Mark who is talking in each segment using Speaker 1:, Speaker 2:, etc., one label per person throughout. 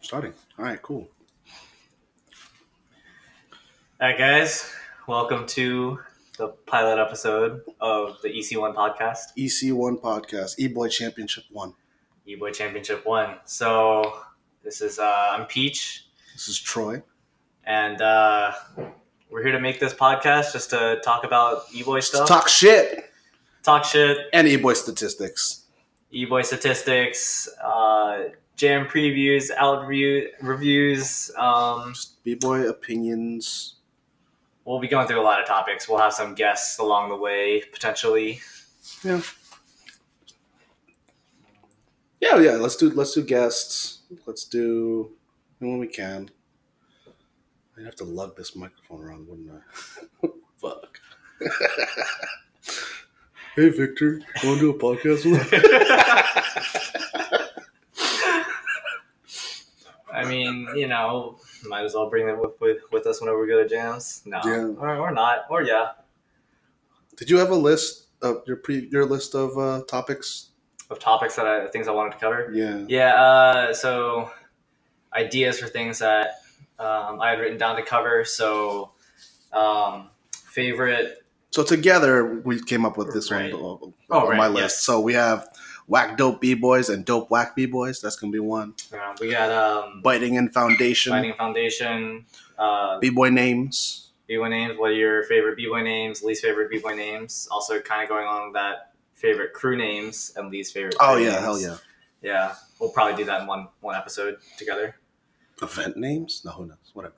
Speaker 1: Starting. All right, cool.
Speaker 2: All right, guys, welcome to the pilot episode of the EC1 podcast,
Speaker 1: EC1 E podcast, E Boy Championship 1.
Speaker 2: E-Boy Championship 1. So, this is, uh, I'm Peach,
Speaker 1: This is Troy.
Speaker 2: and uh, we're here to make this podcast just to talk about E-Boy stuff,
Speaker 1: Talk shit
Speaker 2: talk shit,
Speaker 1: and E Boy statistics.
Speaker 2: E-Boy statistics, uh, jam previews, out review, reviews. Um,
Speaker 1: B Boy opinions.
Speaker 2: we'll be going through a lot of topics. We'll have some guests along the way, potentially.
Speaker 1: Yeah. Yeah, yeah. Let's do let's do guests. Let's do when we can. I'd have to lug this microphone around, wouldn't I? Fuck. hey Victor, want to do a podcast? with-
Speaker 2: I mean, you know, might as well bring them with, with, with us whenever we go to jams. No,
Speaker 1: Yeah.
Speaker 2: or, or not, or yeah,
Speaker 1: Did you have a list of your pre your list of uh, topics?
Speaker 2: of topics that I things I wanted to cover.
Speaker 1: Yeah.
Speaker 2: Yeah, uh, so ideas for things that um, I had written down to cover. So, um, favorite.
Speaker 1: So together we came up with this
Speaker 2: Right.
Speaker 1: one uh, on
Speaker 2: Oh, right,
Speaker 1: my
Speaker 2: yes.
Speaker 1: list. So we have whack dope b boys and dope whack b boys. That's gonna be one.
Speaker 2: Uh, we got um,
Speaker 1: Biting in foundation.
Speaker 2: Finding Foundation. Uh,
Speaker 1: B boy names.
Speaker 2: B-boy names. What are your favorite B-boy names? Least favorite B-boy names. Also, kind of going along with that, favorite crew names and least favorite.
Speaker 1: Oh
Speaker 2: crew
Speaker 1: yeah,
Speaker 2: names.
Speaker 1: hell yeah.
Speaker 2: Yeah, we'll probably do that in one one episode together.
Speaker 1: Event names? No, who knows? Whatever.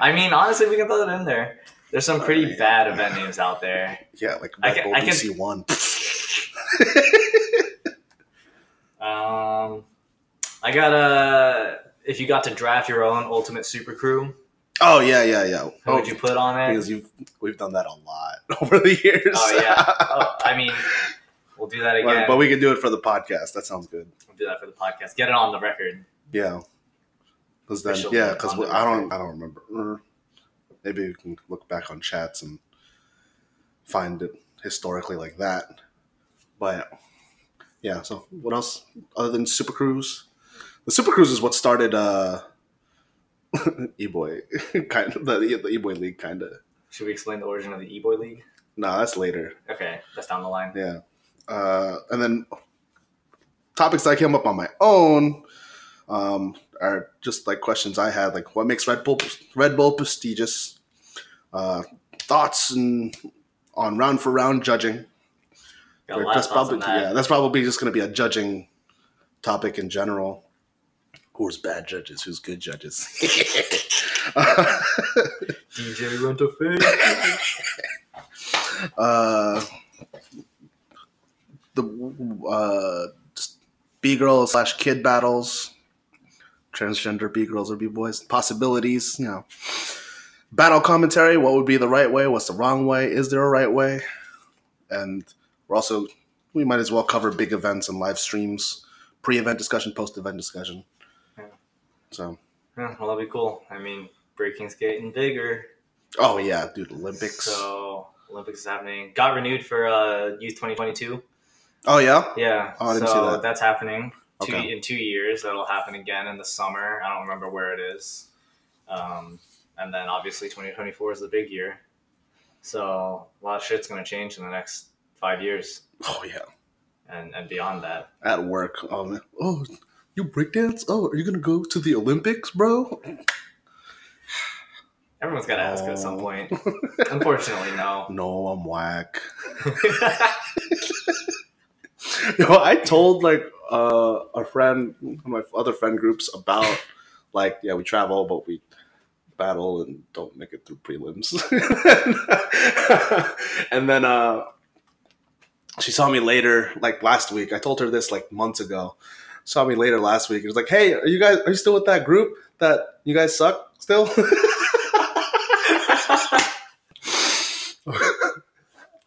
Speaker 2: I mean, honestly, we can throw that in there. There's some pretty
Speaker 1: Alright.
Speaker 2: bad event names out there.
Speaker 1: Yeah, like
Speaker 2: I
Speaker 1: Red
Speaker 2: can-
Speaker 1: Bull
Speaker 2: I can-
Speaker 1: BC one.
Speaker 2: Um, I got a. If you got to draft your own ultimate super crew,
Speaker 1: Oh yeah, yeah, yeah.
Speaker 2: who
Speaker 1: oh,
Speaker 2: would you put on it?
Speaker 1: because you've we've done that a lot over the years.
Speaker 2: Oh yeah. Oh, I mean, we'll do that
Speaker 1: But-
Speaker 2: again.
Speaker 1: but we can do it for the podcast. That sounds good.
Speaker 2: we'll do that for the podcast. Get it on the record.
Speaker 1: Yeah. Because then,
Speaker 2: Official
Speaker 1: yeah, because
Speaker 2: content.
Speaker 1: I don't, I don't remember. Or Maybe we can look back on chats and find it historically like that. But yeah, so what else other than Super Cruise? The Super Cruise is what started uh, E Boy, kind of the, the E Boy League, kind of.
Speaker 2: Should we explain the origin of the E-boy league?
Speaker 1: No, that's later.
Speaker 2: Okay, that's down the line.
Speaker 1: Yeah. Uh, and then topics I came up on my own um, are just like questions I had, like what makes Red Bull Red Bull prestigious, uh, thoughts and on round for round judging.
Speaker 2: Got a lot of
Speaker 1: that's
Speaker 2: thoughts
Speaker 1: probably
Speaker 2: on that.
Speaker 1: yeah, that's probably just going to be a judging topic in general. Who's bad judges? Who's good judges?
Speaker 2: DJ went to fame.
Speaker 1: uh, the uh, just b girl slash kid battles, transgender b girls or b boys possibilities. You know, battle commentary. What would be the right way? What's the wrong way? Is there a right way? And we're also we might as well cover big events and live streams, pre event discussion, post event discussion.
Speaker 2: Yeah.
Speaker 1: So,
Speaker 2: Yeah, well, that'd be cool. I mean, breaking's getting bigger.
Speaker 1: oh yeah, dude, Olympics.
Speaker 2: So Olympics is happening. Got renewed for uh, Youth 2022.
Speaker 1: oh yeah,
Speaker 2: Yeah.
Speaker 1: Oh, I didn't
Speaker 2: so
Speaker 1: see that.
Speaker 2: that's happening two,
Speaker 1: Okay.
Speaker 2: in two years. That'll happen again in the summer. I don't remember where it is. Um, and then obviously 2024 is the big year. So a lot of shit's going to change in the next five years
Speaker 1: oh yeah.
Speaker 2: and, and beyond that.
Speaker 1: at work. Oh, man. oh, you breakdance? Oh, are you gonna go to the Olympics, bro?
Speaker 2: Everyone's got to ask at some
Speaker 1: Oh.
Speaker 2: point. Unfortunately, no.
Speaker 1: No, I'm whack. Yo, I told like uh, a friend, one of my other friend groups about like yeah, we travel, but we battle and don't make it through prelims. and then uh, she saw me later, like last week. I told her this like months ago. Saw me later last week. It was like, hey, are you guys? Are you still with that group? That you guys suck still?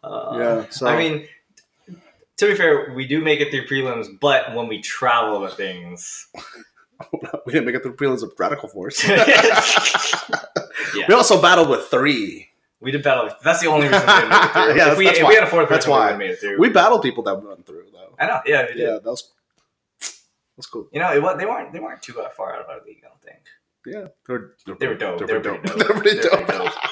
Speaker 2: Uh,
Speaker 1: yeah. So
Speaker 2: I mean, to be fair, we do make it through prelims, but when we travel to things,
Speaker 1: we didn't make it through prelims with Radical Force.
Speaker 2: Yeah.
Speaker 1: We also battled with three.
Speaker 2: we did battle. That's the only reason we didn't make it through.
Speaker 1: Yeah,
Speaker 2: if
Speaker 1: that's-
Speaker 2: we,
Speaker 1: that's
Speaker 2: if
Speaker 1: why.
Speaker 2: we had a fourth
Speaker 1: That's
Speaker 2: person, we
Speaker 1: why.
Speaker 2: would've made it through.
Speaker 1: We battled people that run through though.
Speaker 2: I know. Yeah, we did.
Speaker 1: Yeah, that was That's cool.
Speaker 2: You know, it was, they weren't they weren't too uh, far out of our league. I don't think
Speaker 1: Yeah, they're they're,
Speaker 2: they were dope. They were
Speaker 1: pretty
Speaker 2: pretty dope.
Speaker 1: They're pretty
Speaker 2: They
Speaker 1: dope.
Speaker 2: were pretty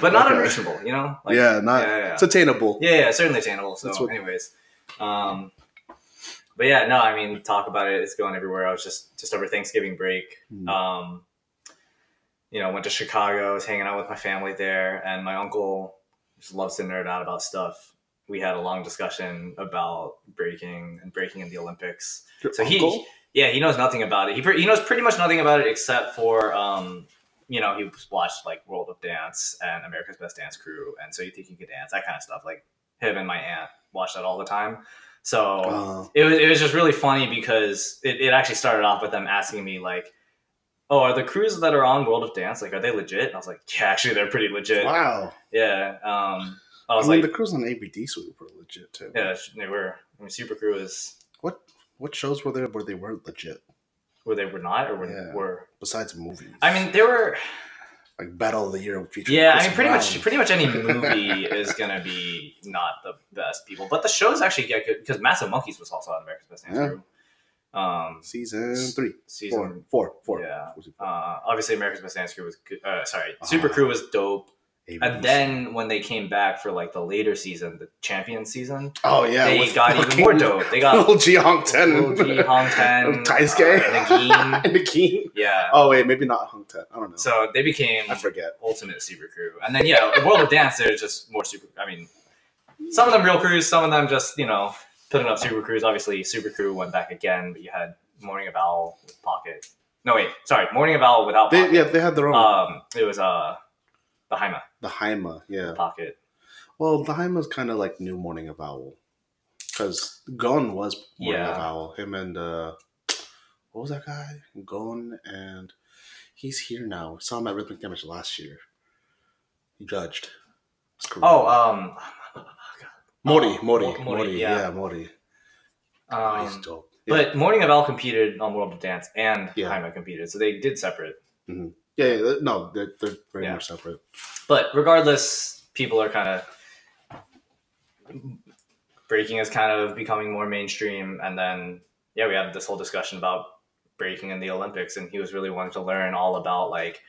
Speaker 2: but not
Speaker 1: Okay.
Speaker 2: unreachable. You know,
Speaker 1: yeah, not
Speaker 2: yeah, yeah.
Speaker 1: it's attainable.
Speaker 2: Yeah, yeah, certainly attainable. So,
Speaker 1: That's what-
Speaker 2: anyways, um, but yeah, no, I mean, talk about it. It's going everywhere. I was just just over Thanksgiving break.
Speaker 1: Mm.
Speaker 2: Um, you know, went to Chicago. Was hanging out with my family there, and my uncle just loves to nerd out about stuff. We had a long discussion about breaking and breaking in the Olympics.
Speaker 1: Your
Speaker 2: So he-
Speaker 1: uncle?
Speaker 2: Yeah, he knows nothing about it. He, pre- he knows pretty much nothing about it except for, um, you know, he watched like World of Dance and America's Best Dance Crew, and so you think you could dance, that kind of stuff. Like him and my aunt watch that all the time. So
Speaker 1: Wow.
Speaker 2: it was it was just really funny because it, it actually started off with them asking me like, "Oh, are the crews that are on World of Dance like are they legit?" And I was like, "Yeah, actually, they're pretty legit."
Speaker 1: wow.
Speaker 2: Yeah. Um, I
Speaker 1: I,
Speaker 2: was
Speaker 1: mean,
Speaker 2: like,
Speaker 1: the crews on ABD were pretty legit too.
Speaker 2: "Yeah, they were." I mean, Super Crew is
Speaker 1: What what shows were there where they weren't legit
Speaker 2: where they were not or were,
Speaker 1: Yeah.
Speaker 2: were.
Speaker 1: besides movies?
Speaker 2: I mean, there were.
Speaker 1: like Battle of the Year featuring
Speaker 2: Yeah,
Speaker 1: Chris
Speaker 2: I mean, pretty
Speaker 1: Brown.
Speaker 2: much, pretty much any movie is gonna be not the best people, but the shows actually get good because Massive Monkeys was also on America's Best Dance
Speaker 1: Yeah.
Speaker 2: Crew. Um,
Speaker 1: season three,
Speaker 2: season,
Speaker 1: four, four, four.
Speaker 2: yeah.
Speaker 1: Was it four? Uh-huh.
Speaker 2: Uh, obviously America's Best Dance Crew was good. Uh, sorry, Super Crew was dope,
Speaker 1: ABDs.
Speaker 2: and then when they came back for like the later season, the champion season,
Speaker 1: oh yeah,
Speaker 2: they
Speaker 1: with
Speaker 2: got even
Speaker 1: fucking
Speaker 2: more dope. They got
Speaker 1: Little G Hong Ten,
Speaker 2: Lil G, Hong Uh, Ten,
Speaker 1: Taisuke.
Speaker 2: uh, Nagin.
Speaker 1: and the King.
Speaker 2: yeah.
Speaker 1: Oh wait, maybe not Hong Ten. I don't know.
Speaker 2: So they became
Speaker 1: I forget.
Speaker 2: ultimate super crew. And then yeah, World of Dance, they're just more super. I mean, some of them real crews, some of them just you know putting up super crews. Obviously, super crew went back again, but you had Morning of Owl with Pocket. No wait, sorry, Morning of Owl without
Speaker 1: They,
Speaker 2: Pocket.
Speaker 1: yeah, they had their own
Speaker 2: Um, it was uh the Haima
Speaker 1: the Haima. Yeah,
Speaker 2: Pocket.
Speaker 1: well, the Haima's kind of like new Morning of Owl, because Gon was Morning of
Speaker 2: Yeah.
Speaker 1: Owl. Him and uh, what was that guy? Gon and he's here now. We saw him at Rhythmic Damage last year. He judged. It's Korean.
Speaker 2: Oh, um,
Speaker 1: Mori, Mori,
Speaker 2: Mori,
Speaker 1: Mori, yeah.
Speaker 2: yeah.
Speaker 1: Mori.
Speaker 2: um,
Speaker 1: he's dope. Yeah.
Speaker 2: but Morning of Owl competed on World of Dance and
Speaker 1: Yeah.
Speaker 2: Haima competed, so they did separate.
Speaker 1: yeah, yeah, th- no, they're, they're very
Speaker 2: Yeah.
Speaker 1: much separate.
Speaker 2: But regardless, people are kind of breaking is kind of becoming more mainstream, and then yeah, we had this whole discussion about breaking in the Olympics, and he was really wanting to learn all about like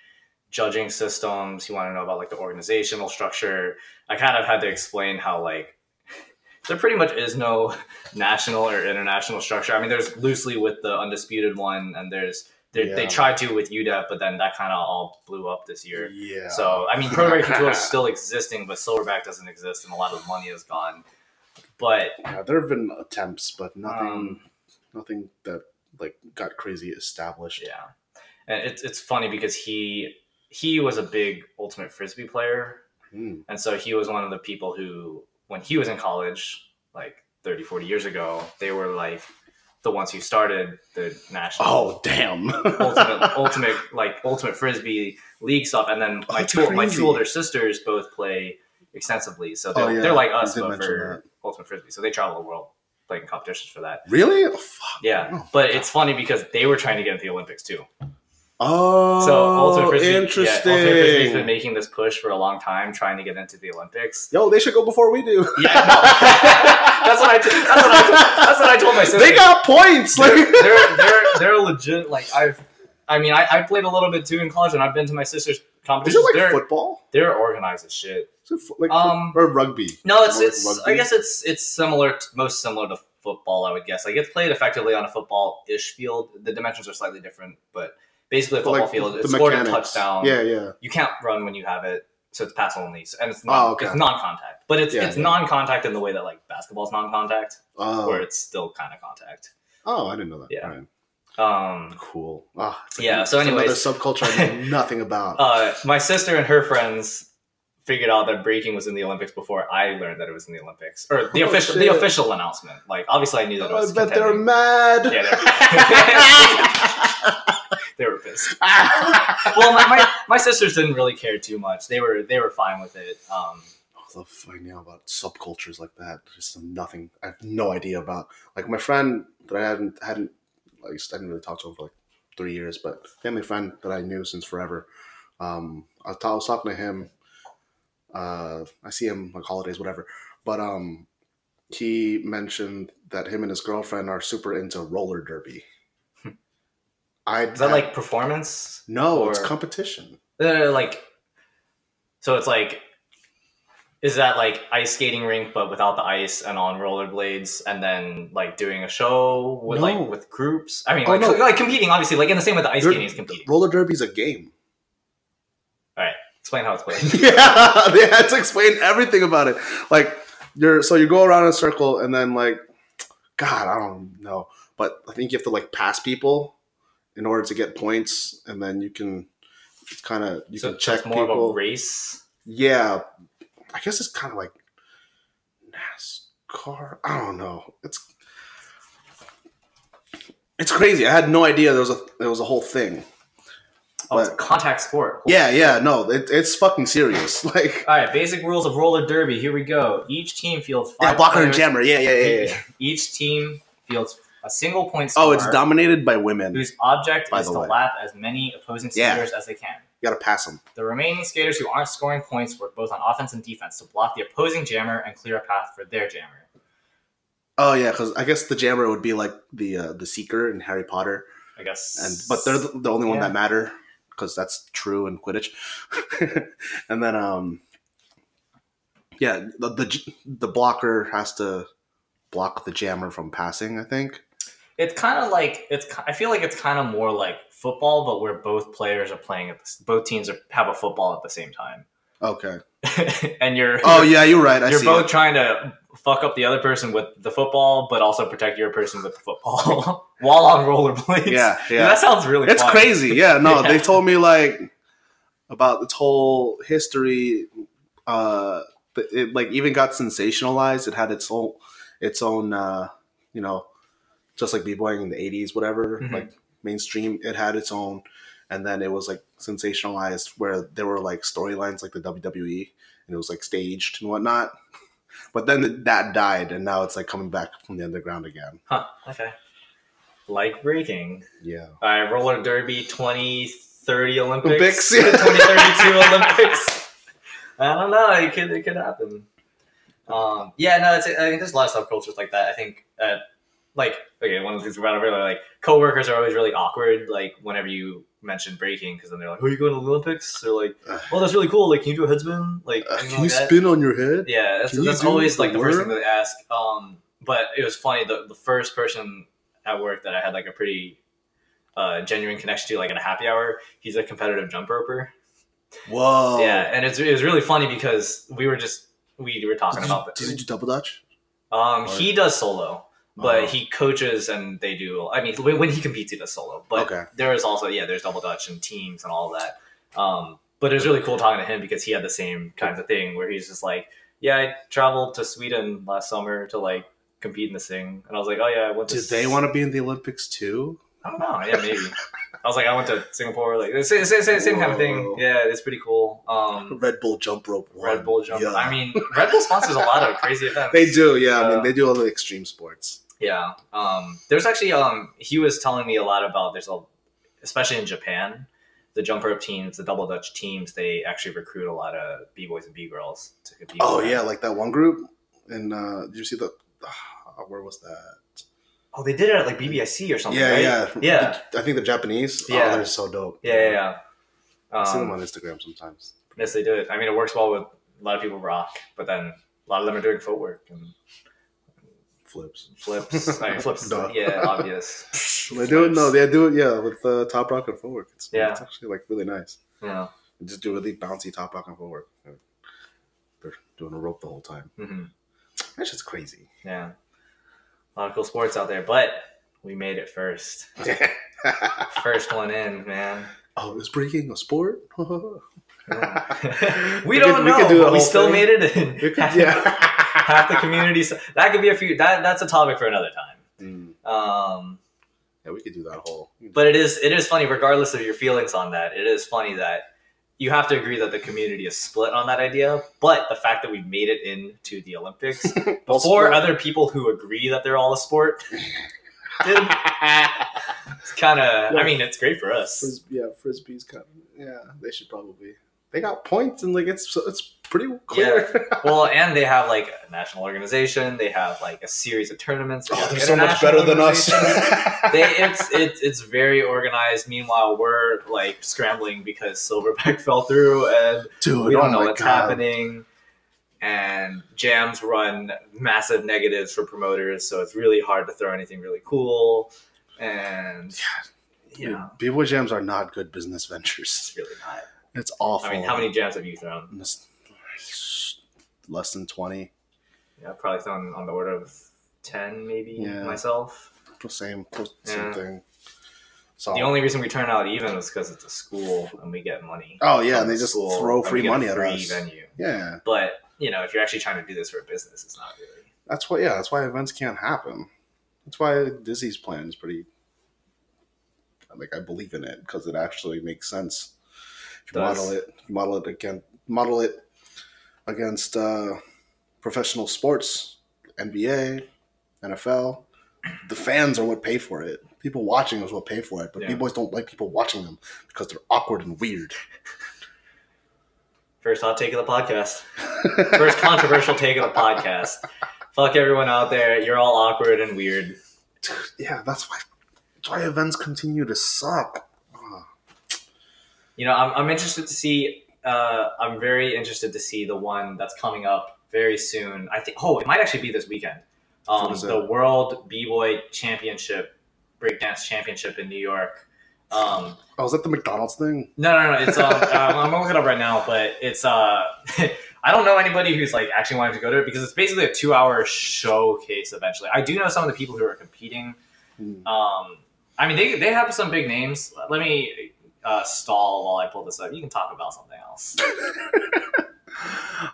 Speaker 2: judging systems. He wanted to know about like the organizational structure. I kind of had to explain how like there pretty much is no national or international structure. I mean, there's loosely with the undisputed one, and there's. They, they
Speaker 1: Yeah.
Speaker 2: tried to with UDEP, but then that kind of all blew up this year.
Speaker 1: Yeah.
Speaker 2: So I mean, Proto Ray Control is still existing, but Silverback doesn't exist, and a lot of the money is gone. But
Speaker 1: yeah, there have been attempts, but nothing,
Speaker 2: um,
Speaker 1: nothing that like got crazy established.
Speaker 2: yeah, and it's it's funny because he he was a big ultimate frisbee player,
Speaker 1: Hmm.
Speaker 2: and so he was one of the people who, when he was in college, like 30, 40 years ago, they were like the ones who started the national
Speaker 1: Oh damn!
Speaker 2: ultimate ultimate like ultimate frisbee league stuff and then my
Speaker 1: That's
Speaker 2: two my
Speaker 1: crazy.
Speaker 2: two older sisters both play extensively so they're,
Speaker 1: Oh, yeah.
Speaker 2: they're like
Speaker 1: You
Speaker 2: us
Speaker 1: did
Speaker 2: but
Speaker 1: mention
Speaker 2: for ultimate frisbee so they travel the world playing competitions for that
Speaker 1: really? Oh, fuck.
Speaker 2: yeah
Speaker 1: Oh.
Speaker 2: but it's funny because they were trying to get into the olympics too
Speaker 1: Oh,
Speaker 2: so ultimate frisbee
Speaker 1: interesting.
Speaker 2: yeah, ultimate frisbee's been making this push for a long time trying to get into the olympics
Speaker 1: Yo, they should go before we do.
Speaker 2: yeah no. that's what i t- that's what i t- that's what i told my sister
Speaker 1: They got points. Like,
Speaker 2: they're, they're they're they're legit. Like I've, I mean, I, I played a little bit too in college, and I've been to my sister's
Speaker 1: is
Speaker 2: competitions.
Speaker 1: it like
Speaker 2: they're
Speaker 1: football?
Speaker 2: they're organized as shit.
Speaker 1: Is it fo- like
Speaker 2: Um,
Speaker 1: or rugby?
Speaker 2: No, it's
Speaker 1: Or
Speaker 2: it's.
Speaker 1: rugby?
Speaker 2: I guess it's it's similar, to, most similar to football. I would guess. Like it's played effectively on a football ish field. The dimensions are slightly different, but basically a
Speaker 1: But,
Speaker 2: football
Speaker 1: like,
Speaker 2: field.
Speaker 1: the
Speaker 2: It's scored a
Speaker 1: mechanics.
Speaker 2: touchdown.
Speaker 1: Yeah, yeah.
Speaker 2: You can't run when you have it, so it's pass only, so- and it's non,
Speaker 1: Oh, okay.
Speaker 2: it's non-contact. But it's
Speaker 1: Yeah,
Speaker 2: it's
Speaker 1: yeah.
Speaker 2: non-contact in the way that like basketball's non-contact, where
Speaker 1: Oh,
Speaker 2: it's still kind of contact.
Speaker 1: oh, I didn't know that.
Speaker 2: Yeah.
Speaker 1: All right.
Speaker 2: Um,
Speaker 1: Cool. Ah, it's
Speaker 2: Yeah, so
Speaker 1: it's
Speaker 2: anyways-
Speaker 1: another subculture I know nothing about.
Speaker 2: uh, my sister and her friends figured out that breaking was in the Olympics before I learned that it was in the Olympics, or the
Speaker 1: Oh,
Speaker 2: official the
Speaker 1: shit.
Speaker 2: official announcement. Like obviously, I knew that it was.
Speaker 1: I bet they're
Speaker 2: contending.
Speaker 1: mad.
Speaker 2: Yeah, they're- they were pissed. Well, my, my, my sisters didn't really care too much. They were they were fine with it. Um,
Speaker 1: I love finding out about subcultures like that. Just nothing. I have no idea about. Like my friend that I hadn't hadn't at least I didn't really talk to him for like three years, but family friend that I knew since forever. Um, I, was ta- I was talking to him. Uh, I see him like holidays, whatever. But um, he mentioned that him and his girlfriend are super into roller derby. I
Speaker 2: Hmm. Is that like performance?
Speaker 1: no, it's
Speaker 2: or-
Speaker 1: competition.
Speaker 2: Uh, like, so it's like, is that like ice skating rink but without the ice and on rollerblades and then like doing a show with
Speaker 1: No.
Speaker 2: like with groups? I mean,
Speaker 1: Oh,
Speaker 2: like,
Speaker 1: no.
Speaker 2: like competing, obviously, like in the same way the ice
Speaker 1: You're-
Speaker 2: skating is competing.
Speaker 1: Roller derby's a game.
Speaker 2: Explain how it's played.
Speaker 1: yeah, they had to explain everything about it. Like you're so you go around in a circle and then like God, I don't know. But I think you have to like pass people in order to get points and then you can it's kinda you
Speaker 2: so
Speaker 1: can check
Speaker 2: it's more
Speaker 1: people.
Speaker 2: of a race.
Speaker 1: yeah. I guess it's kinda like NASCAR. I don't know. It's it's crazy. I had no idea there was a there was a whole thing.
Speaker 2: Oh, it's a
Speaker 1: But-
Speaker 2: contact sport.
Speaker 1: Yeah, yeah, no, it, it's fucking serious. Like
Speaker 2: All right, basic rules of roller derby. Here we go. Each team fields five.
Speaker 1: yeah, blocker and
Speaker 2: players.
Speaker 1: jammer. Yeah, yeah, yeah, yeah. yeah.
Speaker 2: Each team fields a single point scorer
Speaker 1: Oh, it's dominated by women. You
Speaker 2: whose object
Speaker 1: by
Speaker 2: is
Speaker 1: the
Speaker 2: to
Speaker 1: way.
Speaker 2: lap as many opposing
Speaker 1: Yeah.
Speaker 2: skaters as they can.
Speaker 1: gotta pass them.
Speaker 2: The remaining skaters who aren't scoring points work both on offense and defense to block the opposing jammer and clear a path for their jammer.
Speaker 1: Oh yeah, because I guess the jammer would be like the uh, the seeker in Harry Potter,
Speaker 2: I guess.
Speaker 1: and but they're the, the only one
Speaker 2: Yeah.
Speaker 1: that matter because that's true in Quidditch. and then um, yeah, the, the j- the blocker has to block the jammer from passing. I think.
Speaker 2: it's kind of like it's. ki- I feel like it's kind of more like football, but where both players are playing at the, s- both teams are, have a football at the same time,
Speaker 1: Okay.
Speaker 2: and you're
Speaker 1: Oh yeah, you're right. I
Speaker 2: you're
Speaker 1: see.
Speaker 2: both
Speaker 1: it.
Speaker 2: trying to fuck up the other person with the football, but also protect your person with the football while on rollerblades.
Speaker 1: Yeah,
Speaker 2: Dude,
Speaker 1: yeah.
Speaker 2: that sounds really.
Speaker 1: It's
Speaker 2: fun.
Speaker 1: crazy. Yeah, no,
Speaker 2: Yeah.
Speaker 1: they told me like about its whole history. Uh, th- it like even got sensationalized. It had its own, its own, uh, you know, just like b-boying in the '80s, whatever.
Speaker 2: Mhm.
Speaker 1: Like mainstream, it had its own, and then it was like sensationalized where there were like storylines like the WWE, and it was like staged and whatnot. But then th- that died, and now it's like coming back from the underground again.
Speaker 2: Huh. Okay. Like breaking.
Speaker 1: Yeah.
Speaker 2: All right, roller derby 2030 Olympics.
Speaker 1: Olympics, yeah.
Speaker 2: 2032 Olympics. I don't know. It could it could happen. Um, yeah, no, it's, I think there's a lot of subcultures like that. I think uh, like okay, one of the things about it really like coworkers are always really awkward. Like whenever you mention breaking, because then they're like, "Who are you going to the Olympics?" They're like, "Well, that's really cool. Like, can you do a headspin?" Like,
Speaker 1: Uh,
Speaker 2: anything
Speaker 1: can you
Speaker 2: like that.
Speaker 1: spin on your head?
Speaker 2: Yeah, that's,
Speaker 1: Can you
Speaker 2: that's
Speaker 1: do
Speaker 2: always
Speaker 1: the
Speaker 2: like the first
Speaker 1: word?
Speaker 2: thing that they ask. Um, but it was funny. The, the first person at work that I had like a pretty uh, genuine connection to, like in a happy hour, he's a competitive jump roper.
Speaker 1: Whoa.
Speaker 2: Yeah, and it's it was really funny because we were just we were talking
Speaker 1: Did you,
Speaker 2: about
Speaker 1: did
Speaker 2: this.
Speaker 1: you do double dutch?
Speaker 2: Um,
Speaker 1: or-
Speaker 2: he does solo, but
Speaker 1: Uh-huh.
Speaker 2: he coaches and they do. I mean, when, when he competes, he does solo. But
Speaker 1: Okay.
Speaker 2: there is also yeah, there's double dutch and teams and all that. Um, but it was really cool talking to him because he had the same kinds of thing where he's just like, yeah, I traveled to Sweden last summer to like compete in this thing, and I was like, oh yeah, I went. To
Speaker 1: Did they want to be in the Olympics too?
Speaker 2: I don't know. Yeah, maybe. I was like, I went to Singapore, like the same, same, same, same kind of thing.
Speaker 1: Whoa.
Speaker 2: Yeah, it's pretty cool. Um,
Speaker 1: Red Bull jump rope. One.
Speaker 2: Red Bull jump.
Speaker 1: Yeah.
Speaker 2: I mean, Red Bull sponsors a lot of crazy events.
Speaker 1: they do. Yeah, I
Speaker 2: Uh,
Speaker 1: mean, they do all the extreme sports.
Speaker 2: Yeah. Um, there's actually um, he was telling me a lot about there's a especially in Japan, the jump rope teams, the double dutch teams, they actually recruit a lot of b boys and b girls to compete.
Speaker 1: Oh
Speaker 2: with them.
Speaker 1: yeah, like that one group. And uh, did you see the? ah, where was that?
Speaker 2: Oh, they did it at like BBSC or something.
Speaker 1: yeah,
Speaker 2: right?
Speaker 1: yeah,
Speaker 2: Yeah.
Speaker 1: The- I think the Japanese.
Speaker 2: Yeah.
Speaker 1: Oh, they're so dope.
Speaker 2: yeah, yeah, yeah.
Speaker 1: I see them
Speaker 2: Um,
Speaker 1: on Instagram sometimes.
Speaker 2: yes, they do it. I mean, it works well with a lot of people rock, but then a lot of them are doing footwork and
Speaker 1: Flips.
Speaker 2: flips. I mean, flips. is,
Speaker 1: Duh.
Speaker 2: Yeah, obvious.
Speaker 1: They do it. No, they do it. Yeah, with the top rock and forward. It's,
Speaker 2: Yeah.
Speaker 1: it's actually like really nice.
Speaker 2: Yeah.
Speaker 1: They just do really bouncy top rock and forward. They're doing a rope the whole time.
Speaker 2: hmm
Speaker 1: That's just crazy.
Speaker 2: Yeah. A lot of cool sports out there, but we made it first. First one in, man.
Speaker 1: oh, is breaking a sport?
Speaker 2: we
Speaker 1: We
Speaker 2: don't
Speaker 1: could- we
Speaker 2: know.
Speaker 1: could do the
Speaker 2: but we
Speaker 1: whole
Speaker 2: still
Speaker 1: thing.
Speaker 2: made it in.
Speaker 1: You could- yeah.
Speaker 2: Half the community. That could be a few. That that's a topic for another time.
Speaker 1: Mm,
Speaker 2: Um,
Speaker 1: yeah, we could do that whole.
Speaker 2: but it is it is funny, regardless of your feelings on that. It is funny that you have to agree that the community is split on that idea. But the fact that we made it into the Olympics before
Speaker 1: sport.
Speaker 2: other people who agree that they're all a sport, dude, it's kind of. I
Speaker 1: Yeah.
Speaker 2: mean, it's great for us.
Speaker 1: Fris- yeah, frisbees kind of. Yeah, they should probably. They got points and like it's so it's pretty clear.
Speaker 2: well, and they have like a national organization. They have like a series of tournaments. They
Speaker 1: Oh,
Speaker 2: have
Speaker 1: they're so much
Speaker 2: international
Speaker 1: better than us.
Speaker 2: organizations. they, it's it's it's very organized. Meanwhile, we're like scrambling because Silverback fell through, and
Speaker 1: Dude,
Speaker 2: we
Speaker 1: oh
Speaker 2: don't know
Speaker 1: my
Speaker 2: what's
Speaker 1: God.
Speaker 2: happening. And jams run massive negatives for promoters, so it's really hard to throw anything really cool. And
Speaker 1: Dude,
Speaker 2: yeah,
Speaker 1: B-boy jams are not good business ventures.
Speaker 2: it's really not.
Speaker 1: It's awful.
Speaker 2: I mean, how many jams have you thrown?
Speaker 1: It's Less than twenty.
Speaker 2: Yeah, I've probably thrown on the order of ten, maybe
Speaker 1: Yeah.
Speaker 2: myself.
Speaker 1: Same, same
Speaker 2: Yeah.
Speaker 1: thing. So
Speaker 2: The only reason we turn out even was because it's a school and we get money.
Speaker 1: oh yeah,
Speaker 2: from
Speaker 1: and they
Speaker 2: the
Speaker 1: just
Speaker 2: school,
Speaker 1: throw
Speaker 2: and we
Speaker 1: free
Speaker 2: get a
Speaker 1: money at
Speaker 2: free
Speaker 1: us.
Speaker 2: venue.
Speaker 1: Yeah,
Speaker 2: But you know, if you're actually trying to do this for a business, it's not really.
Speaker 1: That's why, yeah, that's why events can't happen. That's why Disney's plan is pretty. Like I believe in it because it actually makes sense. If you
Speaker 2: Does.
Speaker 1: model it, model it again, model it against uh, professional sports, NBA, NFL. The fans are what pay for it. People watching is what pay for it, but
Speaker 2: Yeah.
Speaker 1: people boys don't like people watching them because they're awkward and weird.
Speaker 2: First hot take of the podcast. First controversial take of the podcast. Fuck everyone out there. You're all awkward and weird.
Speaker 1: yeah, that's why. That's why events continue to suck. Ugh.
Speaker 2: You know, I'm, I'm interested to see. Uh, I'm very interested to see the one that's coming up very soon. I think. Oh, it might actually be this weekend.
Speaker 1: What
Speaker 2: Um,
Speaker 1: is
Speaker 2: the
Speaker 1: it?
Speaker 2: World B Boy Championship, Breakdance Championship in New York. Um,
Speaker 1: Oh, is that the McDonald's thing?
Speaker 2: No, no, no. It's um, um, I'm gonna look it up right now, but it's uh, I don't know anybody who's like actually wanting to go to it because it's basically a two-hour showcase. Eventually, I do know some of the people who are competing.
Speaker 1: Hmm.
Speaker 2: Um, I mean, they they have some big names. Let me uh, stall while I pull this up. You can talk about something else.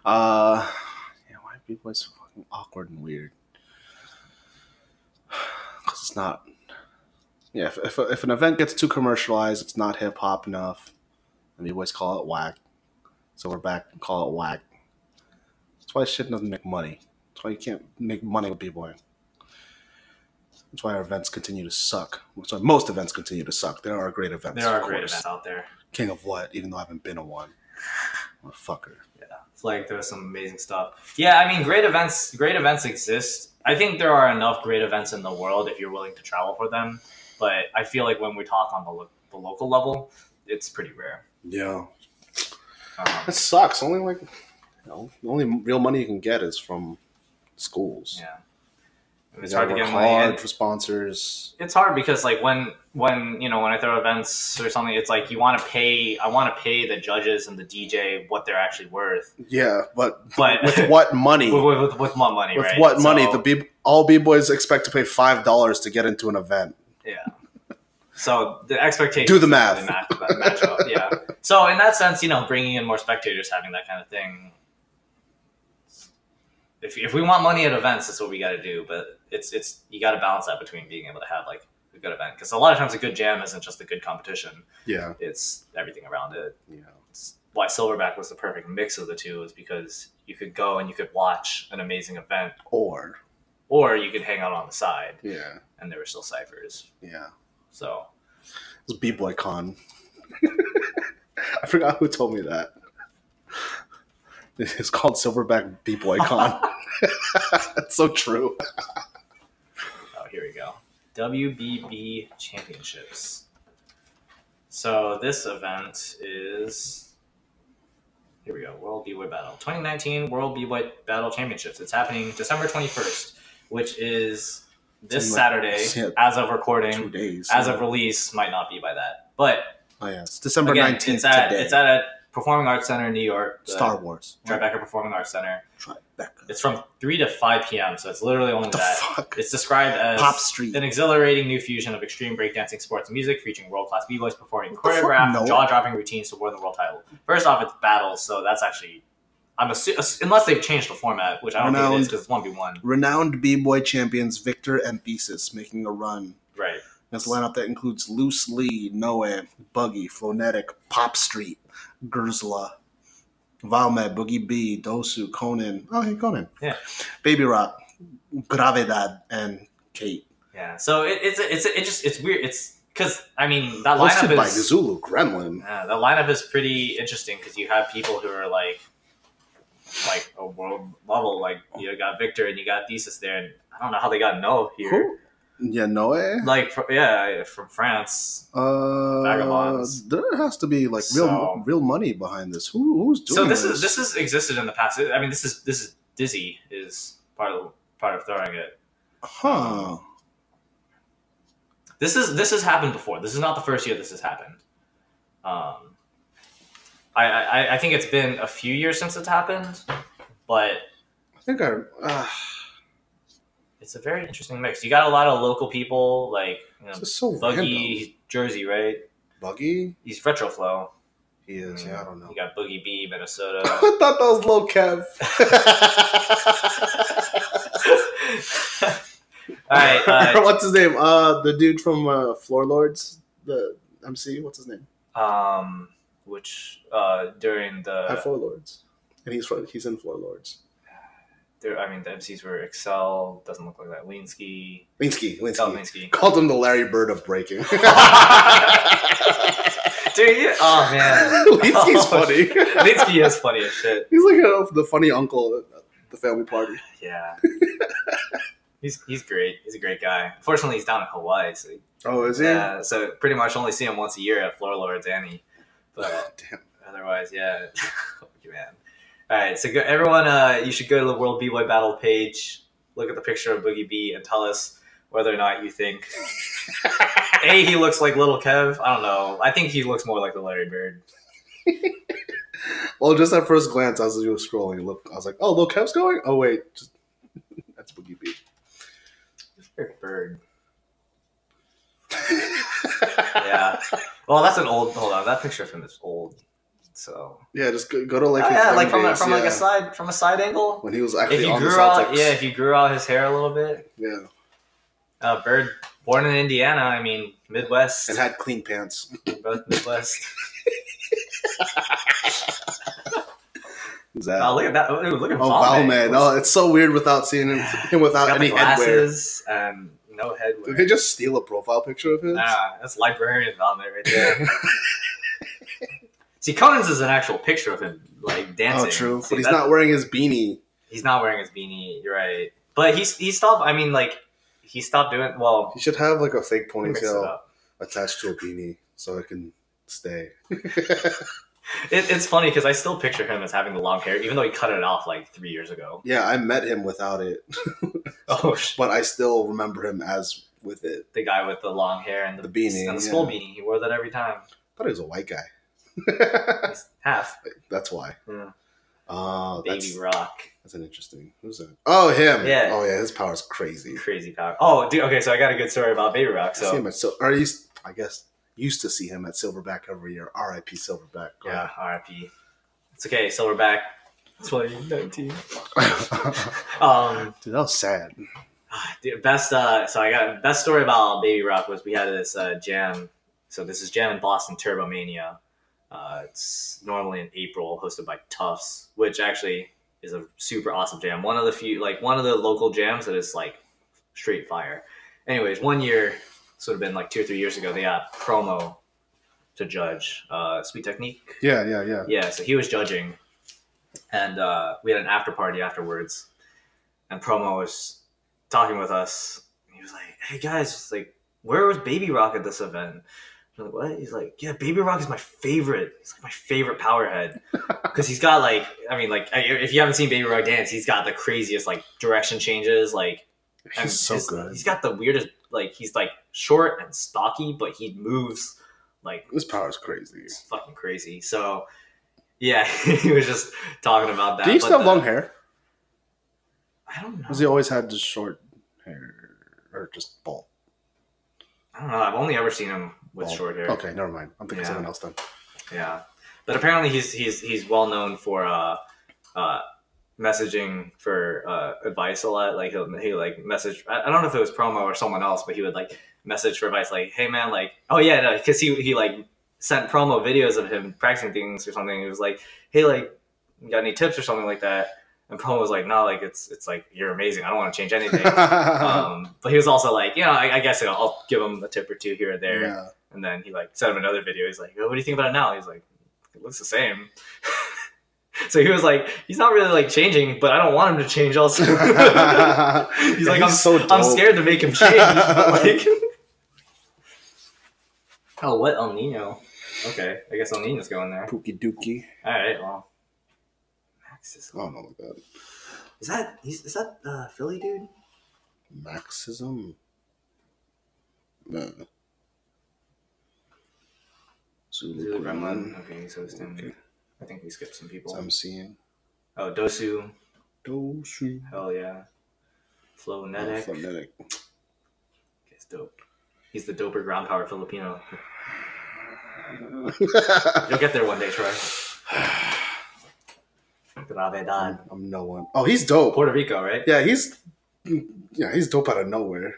Speaker 1: Uh, yeah, why are people so fucking awkward and weird? Because it's not. Yeah, if, if, if an event gets too commercialized, it's not hip hop enough. And we always call it whack. So we're back and call it whack. That's why shit doesn't make money. That's why you can't make money with B-Boy. That's why our events continue to suck. That's why most events continue to suck. There are great events.
Speaker 2: There are
Speaker 1: of
Speaker 2: great
Speaker 1: course.
Speaker 2: events out there.
Speaker 1: King of what? Even though I haven't been to one. Motherfucker.
Speaker 2: It's like there's some amazing stuff. Yeah, I mean, great events. Great events exist. I think there are enough great events in the world if you're willing to travel for them. But I feel like when we talk on the, lo- the local level, it's pretty rare.
Speaker 1: Yeah.
Speaker 2: Um,
Speaker 1: It sucks. Only like, you know, the only real money you can get is from schools.
Speaker 2: yeah,
Speaker 1: You
Speaker 2: it's
Speaker 1: gotta
Speaker 2: hard to
Speaker 1: work
Speaker 2: get money.
Speaker 1: hard
Speaker 2: in.
Speaker 1: for sponsors.
Speaker 2: It's hard because like when when you know when I throw events or something, it's like you want to pay. I want to pay the judges and the DJ what they're actually worth.
Speaker 1: Yeah, but
Speaker 2: But
Speaker 1: with what money?
Speaker 2: With,
Speaker 1: Mm. with
Speaker 2: with, with, what money? right?
Speaker 1: what money?
Speaker 2: So-
Speaker 1: The b all b boys expect to pay five dollars to get into an event.
Speaker 2: So the expectations
Speaker 1: Do the
Speaker 2: don't really
Speaker 1: math.
Speaker 2: match, match up. Yeah. So in that sense, you know, bringing in more spectators, having that kind of thing. If, if we want money at events, that's what we got to do. But it's it's you got to balance that between being able to have like a good event because a lot of times a good jam isn't just a good competition;
Speaker 1: Yeah,
Speaker 2: it's everything around it.
Speaker 1: yeah,
Speaker 2: It's why Silverback was the perfect mix of the two is because you could go and you could watch an amazing event,
Speaker 1: or
Speaker 2: or you could hang out on the side,
Speaker 1: yeah,
Speaker 2: and there were still ciphers.
Speaker 1: yeah.
Speaker 2: So
Speaker 1: It's b boy con. I forgot who told me that. It's called Silverback B Boy Con. it's so true.
Speaker 2: Oh, here we go. WBB Championships. So this event is. Here we go. World B-Boy Battle 2019 World B-Boy Battle Championships. It's happening December 21st, which is this
Speaker 1: In like-
Speaker 2: Saturday.
Speaker 1: yeah.
Speaker 2: As of
Speaker 1: Two
Speaker 2: recording,
Speaker 1: days.
Speaker 2: as of release, might not be by that, but
Speaker 1: oh yeah, it's December
Speaker 2: again,
Speaker 1: nineteenth
Speaker 2: it's at
Speaker 1: today.
Speaker 2: it's at a Performing Arts Center in New York. the
Speaker 1: Star Wars.
Speaker 2: Tribeca Performing Arts Center.
Speaker 1: Tribeca.
Speaker 2: It's from 3 to 5 p.m., so it's literally only
Speaker 1: What the
Speaker 2: that.
Speaker 1: fuck?
Speaker 2: It's described as
Speaker 1: Pop Street.
Speaker 2: an exhilarating new fusion of extreme breakdancing, sports, and music, featuring world-class b-boys performing
Speaker 1: the fuck?
Speaker 2: choreographed,
Speaker 1: No.
Speaker 2: jaw-dropping routines to win the world title. First off, it's battles, so that's actually, I'm assu- ass- unless they've changed the format, which I don't think it is
Speaker 1: Renowned.
Speaker 2: because it's one v one,
Speaker 1: Renowned b-boy champions Victor and Thesis making a run.
Speaker 2: right?
Speaker 1: That's a lineup that includes Loose Lee, Noe, Buggy, Phonetic, Pop Street, Gersla, Valmet, Boogie B, Dosu, Conan. Oh, hey, Conan.
Speaker 2: Yeah.
Speaker 1: Baby Rock, Gravedad, and Kate.
Speaker 2: Yeah. So it, it's it's it just it's weird. It's because I mean that lineup
Speaker 1: Hosted by
Speaker 2: is
Speaker 1: Zulu Gremlin.
Speaker 2: yeah, that lineup is pretty interesting because you have people who are like like a world level. Like you got Victor and you got Thesis there, and I don't know how they got no here.
Speaker 1: Who? Yeah, Noe.
Speaker 2: Like fr- yeah, from France.
Speaker 1: Uh,
Speaker 2: Vagabonds.
Speaker 1: There has to be like real
Speaker 2: So-
Speaker 1: real money behind this. Who, who's doing
Speaker 2: so this is this has existed in the past. I mean, this is this is Dizzy is part of part of throwing it.
Speaker 1: huh?
Speaker 2: This is this has happened before. This is not the first year this has happened. Um, I, I I think it's been a few years since it's happened, but
Speaker 1: I think I. Uh,
Speaker 2: it's a very interesting mix. You got a lot of local people like you know,
Speaker 1: this is so
Speaker 2: Buggy he's Jersey, right?
Speaker 1: random. Buggy.
Speaker 2: He's retroflow.
Speaker 1: He is. Yeah, I don't know.
Speaker 2: You got Boogie B, Minnesota.
Speaker 1: I thought that was low Kev.
Speaker 2: All right, uh,
Speaker 1: what's his name? Uh, the dude from uh, Floor Lords, the MC. What's his name?
Speaker 2: um, which uh, during
Speaker 1: At
Speaker 2: the,
Speaker 1: Floor Lords, and he's from, he's in Floor Lords.
Speaker 2: there, I mean, the MCs were Excel. Doesn't look like that. Oh, Linsky,
Speaker 1: Linsky,
Speaker 2: Excel
Speaker 1: Linsky.
Speaker 2: Linsky.
Speaker 1: Called him the Larry Bird of breaking.
Speaker 2: Dude, you, oh man,
Speaker 1: Linsky's
Speaker 2: Oh,
Speaker 1: funny.
Speaker 2: Linsky is funny as shit.
Speaker 1: He's like uh, the funny uncle at the family party.
Speaker 2: Yeah, he's he's great. He's a great guy. Unfortunately, he's down in Hawaii, so
Speaker 1: Oh, is he?
Speaker 2: yeah. So pretty much only see him once a year at Floor Lords, Annie. But
Speaker 1: Damn.
Speaker 2: Otherwise, yeah. Okay, man. All right, so go, everyone, uh, you should go to the World B Boy Battle page, look at the picture of Boogie B, and tell us whether or not you think A, he looks like Little Kev. I don't know. I think he looks more like the Larry Bird.
Speaker 1: Well, just at first glance, as you were scrolling, look, I was like, oh, look, Kev's going. Oh wait, just, that's Boogie B.
Speaker 2: Larry Bird. Yeah. well, that's an old. Hold on, that picture from is old. So
Speaker 1: Yeah, just go, go to like
Speaker 2: Oh,
Speaker 1: his
Speaker 2: yeah,
Speaker 1: young
Speaker 2: like from, a,
Speaker 1: days,
Speaker 2: from like
Speaker 1: yeah.
Speaker 2: a side from a side angle.
Speaker 1: when he was
Speaker 2: If
Speaker 1: actually
Speaker 2: you
Speaker 1: on the
Speaker 2: grew out,
Speaker 1: Celtics.
Speaker 2: yeah, if you grew out his hair a little bit,
Speaker 1: yeah.
Speaker 2: Uh, Bird, born in Indiana. I mean, Midwest.
Speaker 1: and had clean pants.
Speaker 2: both Midwest.
Speaker 1: Exactly.
Speaker 2: oh, look at that. Ooh, look at
Speaker 1: Oh, wow, man. Oh, it's so weird without seeing him, him
Speaker 2: He's
Speaker 1: without
Speaker 2: got
Speaker 1: any
Speaker 2: the
Speaker 1: headwear.
Speaker 2: glasses and no
Speaker 1: Did they
Speaker 2: headwear.
Speaker 1: just steal a profile picture of his?
Speaker 2: Nah, that's librarian on there right there. See, Conan's is an actual picture of him, like dancing.
Speaker 1: oh, true.
Speaker 2: See,
Speaker 1: But he's
Speaker 2: that-
Speaker 1: not wearing his beanie.
Speaker 2: He's not wearing his beanie. You're right. But he's he stopped. I mean, like he stopped doing. Well,
Speaker 1: He should have like a fake
Speaker 2: let me mix it
Speaker 1: ponytail
Speaker 2: up.
Speaker 1: attached to a beanie so it can stay.
Speaker 2: It, it's funny because I still picture him as having the long hair, even though he cut it off like three years ago.
Speaker 1: Yeah, I met him without it,
Speaker 2: Oh, sh-
Speaker 1: but I still remember him as with it.
Speaker 2: the guy with the long hair and the,
Speaker 1: The beanie,
Speaker 2: and the
Speaker 1: yeah.
Speaker 2: skull beanie. He wore that every time.
Speaker 1: I thought he was a white guy.
Speaker 2: He's half
Speaker 1: that's why.
Speaker 2: Yeah.
Speaker 1: Oh,
Speaker 2: Hmm. baby
Speaker 1: that's,
Speaker 2: rock.
Speaker 1: that's an interesting. Who's that? Oh, him.
Speaker 2: Yeah.
Speaker 1: Oh, yeah. His power's crazy.
Speaker 2: Crazy power. Oh, dude. Okay, so I got a good story about Baby Rock.
Speaker 1: I see
Speaker 2: So
Speaker 1: him at Sil- or I used, I guess, used to see him at Silverback every year. R.I.P. Silverback. Go
Speaker 2: yeah, RIP. It's okay. Silverback, 2019.
Speaker 1: ahead.
Speaker 2: Um,
Speaker 1: Dude, that was sad.
Speaker 2: ah, dude, best. Uh, so I got best story about Baby Rock was we had this uh, jam. So this is jam in Boston, Turbo Mania. Uh, it's normally in April, hosted by Tufts, which actually is a super awesome jam. One of the few, like one of the local jams that is like straight fire. Anyways, one year, sort of been like two or three years ago, they got promo to judge uh, Sweet Technique.
Speaker 1: Yeah, yeah, yeah.
Speaker 2: Yeah, so he was judging, and uh, we had an after party afterwards, and promo was talking with us. He was like, "Hey guys, it's like where was Baby Rock at this event?" I'm like, "What?" He's like, "Yeah, Baby Rock is my favorite. He's like my favorite powerhead because he's got like, I mean, like I- if you haven't seen Baby Rock dance, he's got the craziest like direction changes, like." and
Speaker 1: He's so
Speaker 2: his-
Speaker 1: good.
Speaker 2: He's got the weirdest, like he's like short and stocky, but he moves like
Speaker 1: His power's crazy.
Speaker 2: it's fucking crazy. So, yeah, he was just talking about that.
Speaker 1: Did he used
Speaker 2: but
Speaker 1: to have
Speaker 2: the-
Speaker 1: long hair?
Speaker 2: I don't know.
Speaker 1: Because he always had just short hair or just bald.
Speaker 2: I don't know. I've only ever seen him with
Speaker 1: bald.
Speaker 2: short hair.
Speaker 1: Okay, never mind. I'm thinking
Speaker 2: Yeah.
Speaker 1: someone else then.
Speaker 2: Yeah, but apparently he's he's he's well known for uh, uh, messaging for uh, advice a lot. Like he'll he like message. I, I don't know if it was promo or someone else, but he would like message for advice. Like, hey man, like oh yeah, no, because he he like sent promo videos of him practicing things or something. He was like, hey, like you got any tips or something like that. And promo was like, no, like it's it's like you're amazing. I don't want to change anything. um, but he was also like, you know, I, I guess I'll, I'll give him a tip or two here or there.
Speaker 1: yeah.
Speaker 2: And then he like sent him another video. He's like, "Oh, "What do you think about it now?" He's like, "It looks the same." So he was like, he's not really like changing, but I don't want him to change also. he's
Speaker 1: He's
Speaker 2: like, I'm,
Speaker 1: so
Speaker 2: I'm
Speaker 1: dope.
Speaker 2: scared to make him change. but, like, oh, what El Nino? Okay, I guess El Nino's going there.
Speaker 1: Pookie Dookie.
Speaker 2: All right, well, Max is,
Speaker 1: I don't know about that.
Speaker 2: is that he's, is that the Philly dude?
Speaker 1: Maxism. No. Zulu
Speaker 2: Zulu Gremlin.
Speaker 1: Gremlin.
Speaker 2: Okay, he's hosting.
Speaker 1: Okay.
Speaker 2: I think we skipped some people.
Speaker 1: So I'm seeing.
Speaker 2: oh, Dosu.
Speaker 1: Dosu.
Speaker 2: Hell yeah. Flo
Speaker 1: Oh,
Speaker 2: Nedek.
Speaker 1: phonetic.
Speaker 2: He's dope. He's the doper ground power Filipino. You'll get there one day, Troy. Gravedad.
Speaker 1: I'm no one. Oh, he's dope.
Speaker 2: Puerto Rico, right?
Speaker 1: Yeah, he's yeah, he's dope out of nowhere.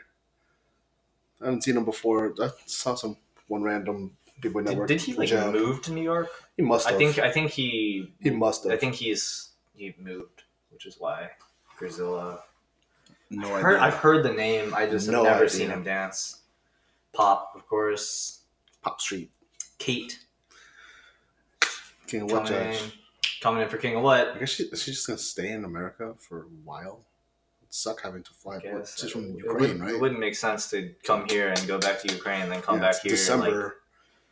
Speaker 1: I haven't seen him before. I saw some one random Big Boy
Speaker 2: Did,
Speaker 1: Network.
Speaker 2: did he like
Speaker 1: jam.
Speaker 2: move to New York?
Speaker 1: He must
Speaker 2: I
Speaker 1: have.
Speaker 2: think I think he
Speaker 1: he must have.
Speaker 2: I think he's he moved, which is why Grizilla.
Speaker 1: no
Speaker 2: I've heard, I've heard the name. I just have
Speaker 1: No
Speaker 2: never
Speaker 1: idea.
Speaker 2: seen him dance. Pop, of course.
Speaker 1: Pop Street.
Speaker 2: Kate
Speaker 1: King of What
Speaker 2: coming in,
Speaker 1: Judge.
Speaker 2: coming in for King of
Speaker 1: I
Speaker 2: What?
Speaker 1: guess she, is she just gonna stay in America for a while? It'd suck having to fly.
Speaker 2: I
Speaker 1: back.
Speaker 2: guess. uh,
Speaker 1: She's from
Speaker 2: It
Speaker 1: Ukraine,
Speaker 2: wouldn't-
Speaker 1: right?
Speaker 2: It wouldn't make sense to come here and go back to Ukraine and then come
Speaker 1: Yeah,
Speaker 2: back
Speaker 1: it's
Speaker 2: here.
Speaker 1: December.
Speaker 2: Like,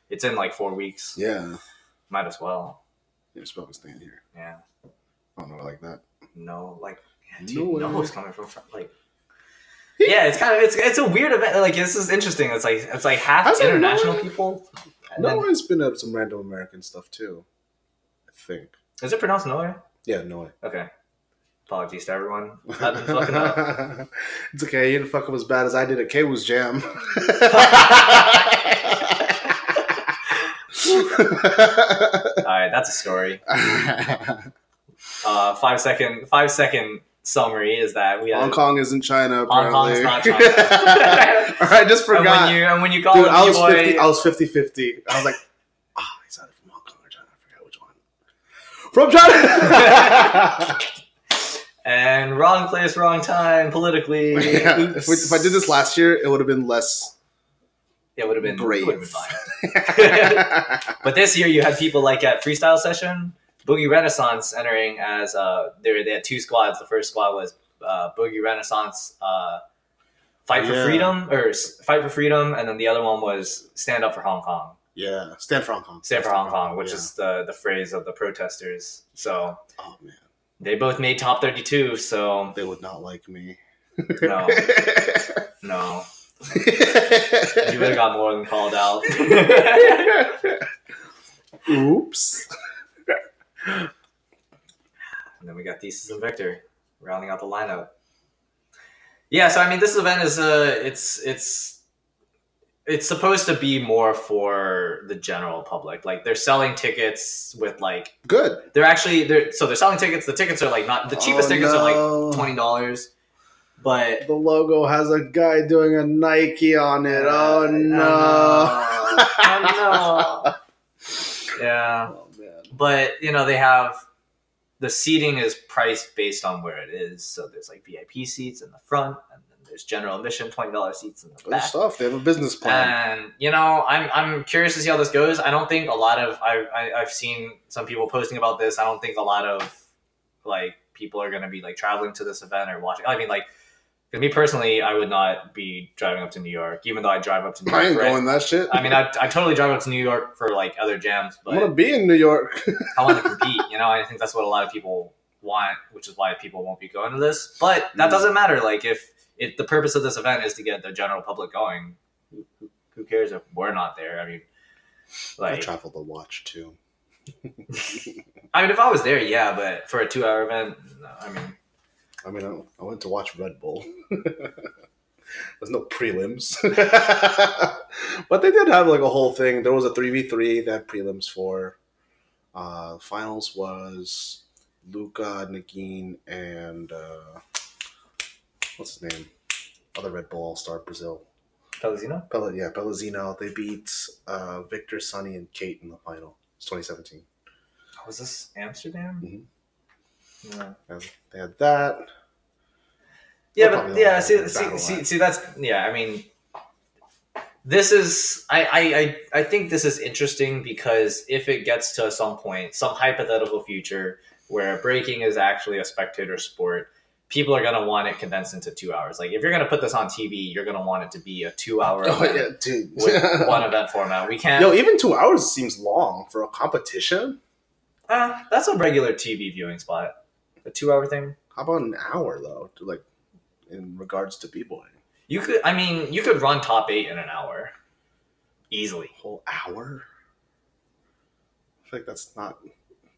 Speaker 2: it's in like four weeks.
Speaker 1: yeah,
Speaker 2: Might as well.
Speaker 1: you're supposed to staying here.
Speaker 2: Yeah.
Speaker 1: I don't know like that.
Speaker 2: No, like yeah,
Speaker 1: No
Speaker 2: dude,
Speaker 1: way.
Speaker 2: no Noah's coming from fr- like. Yeah, it's kind of it's it's a weird event. Like this is interesting. It's like it's like half
Speaker 1: How's that
Speaker 2: international
Speaker 1: Noah?
Speaker 2: people. and
Speaker 1: No,
Speaker 2: then-
Speaker 1: one's been at some random American stuff too. I think.
Speaker 2: is it pronounced Noah?
Speaker 1: Yeah, no way.
Speaker 2: Okay. Apologies to everyone. I've been fucking up.
Speaker 1: it's okay. You didn't fuck up as bad as I did at Kwoo's jam.
Speaker 2: All right, that's a story. Uh, five second five second summary is that we had
Speaker 1: Hong Kong is in China.
Speaker 2: Hong Kong's
Speaker 1: Apparently.
Speaker 2: not China.
Speaker 1: All right, just
Speaker 2: and
Speaker 1: forgot.
Speaker 2: when you and when you call
Speaker 1: Dude,
Speaker 2: him
Speaker 1: I was
Speaker 2: B-boy-
Speaker 1: 50, I was 50 50. I was like, ah, he's either from Hong Kong or China. I forgot which one. From China!
Speaker 2: and wrong place, wrong time politically.
Speaker 1: Yeah, if,
Speaker 2: Oops.
Speaker 1: we, if I did this last year, it would have been less.
Speaker 2: yeah, it would have been
Speaker 1: Brave.
Speaker 2: It would have been fine. But this year, you had people like at Freestyle Session, Boogie Renaissance entering as uh, they they had two squads. The first squad was uh, Boogie Renaissance, uh, Fight for
Speaker 1: Yeah.
Speaker 2: Freedom, or S- Fight for Freedom, and then the other one was Stand Up for Hong Kong,
Speaker 1: yeah, stand for Hong Kong.
Speaker 2: Stand for Hong Kong, which
Speaker 1: yeah.
Speaker 2: is the the phrase of the protesters. So
Speaker 1: Oh, man.
Speaker 2: they both made top thirty two. So
Speaker 1: They would not like me.
Speaker 2: no, no, you would have got more than called out.
Speaker 1: Oops.
Speaker 2: And then we got Thesis and Victor rounding out the lineup. Yeah, so I mean, this event is uh, it's it's it's supposed to be more for the general public. Like they're selling tickets with like
Speaker 1: Good.
Speaker 2: they're actually they're so they're selling tickets. The tickets are like not the cheapest
Speaker 1: Oh,
Speaker 2: tickets are
Speaker 1: no.
Speaker 2: like twenty dollars, but
Speaker 1: The logo has a guy doing a Nike on it. Oh
Speaker 2: Uh, uh-huh.
Speaker 1: no.
Speaker 2: oh, no. yeah.
Speaker 1: Oh, man.
Speaker 2: but you know they have the seating is priced based on where it is so there's like vip seats in the front and then there's general admission $20 seats in the
Speaker 1: Good
Speaker 2: back
Speaker 1: stuff. They have a business plan.
Speaker 2: and you know I'm, I'm curious to see how this goes i don't think a lot of I, I, i've seen some people posting about this i don't think a lot of like people are going to be like traveling to this event or watching i mean like 'cause me personally i would not be driving up to new york even though i drive up to new york
Speaker 1: I ain't
Speaker 2: for it.
Speaker 1: going that shit.
Speaker 2: Uh, i mean I, I totally drive up to new york for like other jams but
Speaker 1: I'm gonna be in New York.
Speaker 2: I want to compete. You know, I think that's what a lot of people want, which is why people won't be going to this. But that
Speaker 1: Mm.
Speaker 2: doesn't matter. Like, if if the purpose of this event is to get the general public going, who- who- who cares if we're not there? I mean,
Speaker 1: I
Speaker 2: like,
Speaker 1: travel to watch too.
Speaker 2: I mean, if I was there, yeah. But for a two-hour event, no, I mean,
Speaker 1: I mean, I, I went to watch Red Bull. There's no prelims, but they did have like a whole thing. There was a three v three that prelims for. Uh, finals was Luca Nagin and uh, what's his name? Other Red Bull All Star Brazil.
Speaker 2: Pelosino.
Speaker 1: Pel- yeah, Pellegrino. They beat uh, Victor, Sonny, and Kate in the final. It's 2017.
Speaker 2: Was this Amsterdam?
Speaker 1: Mhm.
Speaker 2: Yeah.
Speaker 1: And they had that.
Speaker 2: Yeah,
Speaker 1: They'll
Speaker 2: but
Speaker 1: probably
Speaker 2: yeah,
Speaker 1: all
Speaker 2: see,
Speaker 1: battle
Speaker 2: see,
Speaker 1: that.
Speaker 2: see, see, that's yeah. I mean, this is I, I, I, I think this is interesting because if it gets to some point, some hypothetical future where breaking is actually a spectator sport. People are gonna want it condensed into two hours. Like if you're gonna put this on TV, you're gonna want it to be a two-hour
Speaker 1: Oh
Speaker 2: event
Speaker 1: yeah, dude.
Speaker 2: with one event format. We can't.
Speaker 1: Yo, even two hours seems long for a competition.
Speaker 2: Uh, that's a regular TV viewing spot. A two-hour thing.
Speaker 1: How about an hour though? To like, in regards to b boy,
Speaker 2: You could, I mean, you could run top eight in an hour, easily.
Speaker 1: whole hour. I feel like that's not,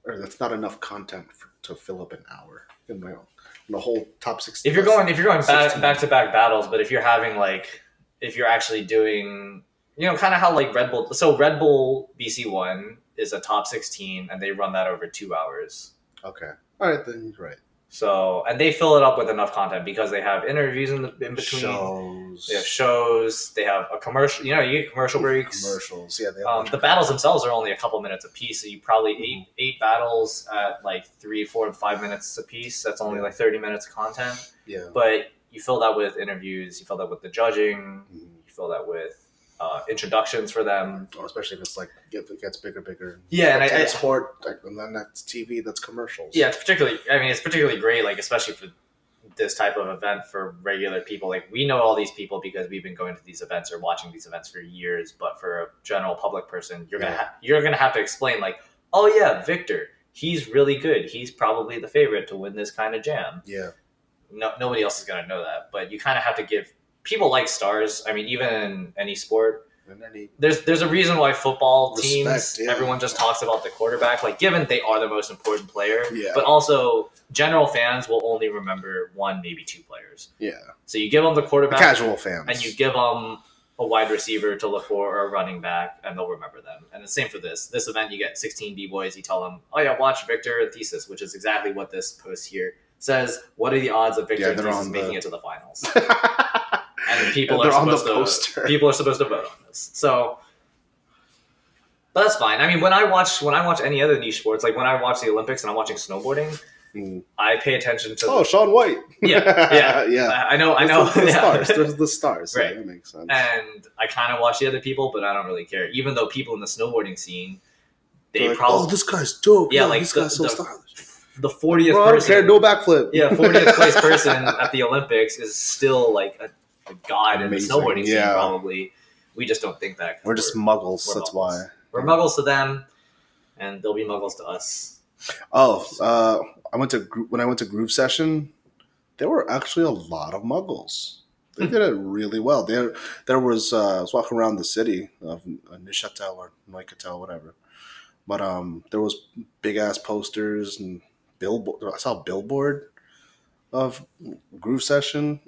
Speaker 1: or that's not enough content for, to fill up an hour in my own. In the whole top six.
Speaker 2: If you're going, if you're going back
Speaker 1: 16.
Speaker 2: back to back battles, but if you're having like, if you're actually doing, you know, kind of how like Red Bull. So Red Bull BC One is a top sixteen, and they run that over two hours.
Speaker 1: okay, all right, then you're right.
Speaker 2: So and they fill it up with enough content because they have interviews in the in between.
Speaker 1: shows,
Speaker 2: They have shows. They have a commercial. You know, you get commercial breaks.
Speaker 1: commercials. Yeah, they have
Speaker 2: Um, the battles themselves are only a couple minutes a piece, so you probably eight eight battles at like three, four, and five minutes a piece. That's only like thirty minutes of content.
Speaker 1: yeah.
Speaker 2: But you fill that with interviews, you fill that with the judging,
Speaker 1: Mhm.
Speaker 2: you fill that with uh, introductions for them.
Speaker 1: Or especially if it's like if it gets bigger, bigger.
Speaker 2: Yeah, and I,
Speaker 1: It's
Speaker 2: I
Speaker 1: sport, like, and then that's TV. That's commercials.
Speaker 2: yeah, it's particularly. I mean, it's particularly great, like especially for this type of event for regular people. Like we know all these people because we've been going to these events or watching these events for years. But for a general public person, you're gonna
Speaker 1: Yeah.
Speaker 2: ha- you're gonna have to explain like, oh yeah, Victor, he's really good. He's probably the favorite to win this kind of jam.
Speaker 1: yeah.
Speaker 2: No, nobody else is gonna know that. But you kind of have to give people like stars. I mean, even in any sport,
Speaker 1: And any
Speaker 2: there's there's a reason why football teams
Speaker 1: Respect, yeah.
Speaker 2: everyone just talks about the quarterback like given they are the most important player
Speaker 1: Yeah.
Speaker 2: but also general fans will only remember one maybe two players
Speaker 1: yeah,
Speaker 2: so you give them the
Speaker 1: The
Speaker 2: quarterback
Speaker 1: casual fans.
Speaker 2: and you give them a wide receiver to look for or a running back and they'll remember them and the same for this this event you get 16 b-boys you tell them oh yeah watch victor and thesis which is exactly what this post here says what are the odds of victor
Speaker 1: Yeah,
Speaker 2: and
Speaker 1: they're
Speaker 2: thesis
Speaker 1: on
Speaker 2: making
Speaker 1: the-
Speaker 2: it to the finals and people
Speaker 1: And
Speaker 2: are
Speaker 1: they're on the
Speaker 2: supposed to
Speaker 1: poster.
Speaker 2: people are supposed to vote on this. So but that's fine. I mean, when I watch when I watch any other niche sports, like when I watch the Olympics and I'm watching snowboarding,
Speaker 1: Mm.
Speaker 2: I pay attention to.
Speaker 1: oh, Sean White.
Speaker 2: Yeah, yeah.
Speaker 1: yeah.
Speaker 2: I I know, I know.
Speaker 1: There's the, the
Speaker 2: yeah.
Speaker 1: stars. There's the stars. Yeah,
Speaker 2: Right.
Speaker 1: that makes sense.
Speaker 2: And I kind of watch the other people, but I don't really care. Even though people in the snowboarding scene, they
Speaker 1: They're like, oh,
Speaker 2: probably
Speaker 1: this guy's dope.
Speaker 2: Yeah,
Speaker 1: Yeah,
Speaker 2: like
Speaker 1: this
Speaker 2: the-
Speaker 1: guy's so
Speaker 2: the-
Speaker 1: stylish.
Speaker 2: the fortieth
Speaker 1: Bro, I don't care.
Speaker 2: person,
Speaker 1: Do a backflip.
Speaker 2: yeah, fortieth place person at the Olympics is still like a, a god
Speaker 1: Amazing,
Speaker 2: in the snowboarding
Speaker 1: yeah.
Speaker 2: scene. Probably, we just don't think that. 'cause
Speaker 1: We're just muggles.
Speaker 2: we're
Speaker 1: that's
Speaker 2: muggles.
Speaker 1: why.
Speaker 2: We're muggles to them, and they'll be muggles to us.
Speaker 1: Oh, uh, I went to gro- when I went to Groove Session. There were actually a lot of Muggles. They did it really well. There, there was uh, I was walking around the city of Neuchâtel or Neuchâtel, whatever. But um, there was big ass posters and billboard. I saw a billboard of Groove Session,